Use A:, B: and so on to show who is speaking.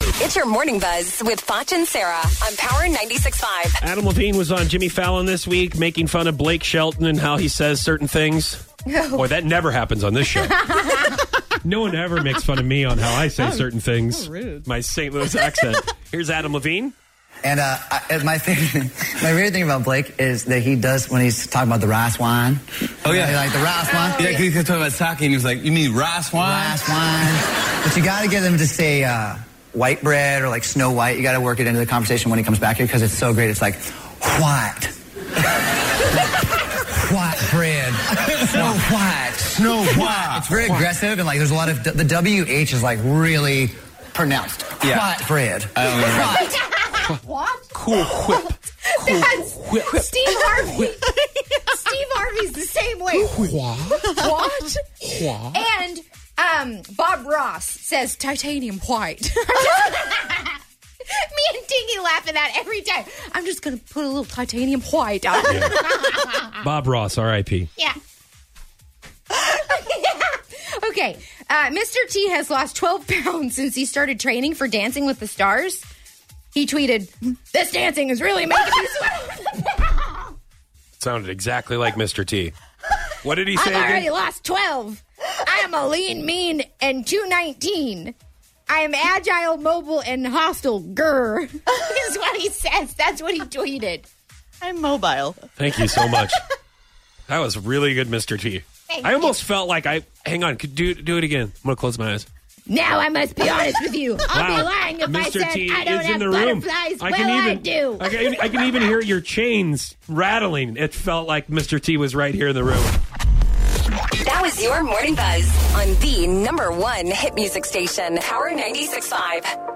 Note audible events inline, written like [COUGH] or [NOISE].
A: It's your morning buzz with Foch and Sarah on Power 96.5.
B: Adam Levine was on Jimmy Fallon this week making fun of Blake Shelton and how he says certain things. Boy, that never happens on this
C: [LAUGHS]
B: show. no one ever makes fun of me on how I say certain things.
C: rude.
B: My St. Louis accent. Here's Adam Levine.
D: And uh, I, and my [LAUGHS] thing, my weird thing about Blake is that he does when he's talking about the Ross wine.
E: Oh, yeah.
D: like the Ross wine.
E: Yeah, 'cause he kept talking about sake, and he was like, "You mean rice wine?"
D: Ross wine. But you got to get him to say uh, white bread or like Snow White. You got to work it into the conversation when he comes back here because it's so great. It's like [LAUGHS] white, white bread, Snow White.
E: No, why?
D: It's very aggressive and like there's a lot of the WH is like really pronounced.
E: Yeah.
D: White bread.
E: I don't know.
C: What?
E: Cool whip. Cool
C: That's
E: whip.
C: Steve Harvey. Steve Harvey's the same way. What? And um, Bob Ross says titanium white. [LAUGHS] Me and Dingy laugh at that every time. I'm just gonna put a little titanium white on. it.
B: Bob Ross, R.I.P.
C: Yeah. [LAUGHS] okay. Uh, Mr. T has lost 12 pounds since he started training for Dancing with the Stars. He tweeted, This dancing is really making me sweat. I'm
B: Sounded exactly like Mr. T. What did he say? again?
C: already lost 12. I am a lean, mean, and 219. I am agile, mobile, and hostile. Grr. [LAUGHS] is what he says. That's what he tweeted.
F: I'm mobile.
B: Thank you so much. that was really good, Mr. T. I
C: Thank
B: almost felt like I. Hang on, could do do it again. I'm gonna close my eyes.
C: Now I must be honest with you. I'll be lying if I
B: Mr.
C: said
B: T
C: I don't
B: is
C: have
B: in the room.
C: butterflies.
B: I
C: well,
B: can even
C: I do.
B: I can, I can even hear your chains rattling. It felt like Mr. T was right here in the room.
A: That was your morning buzz on the number one hit music station, Power 96.5.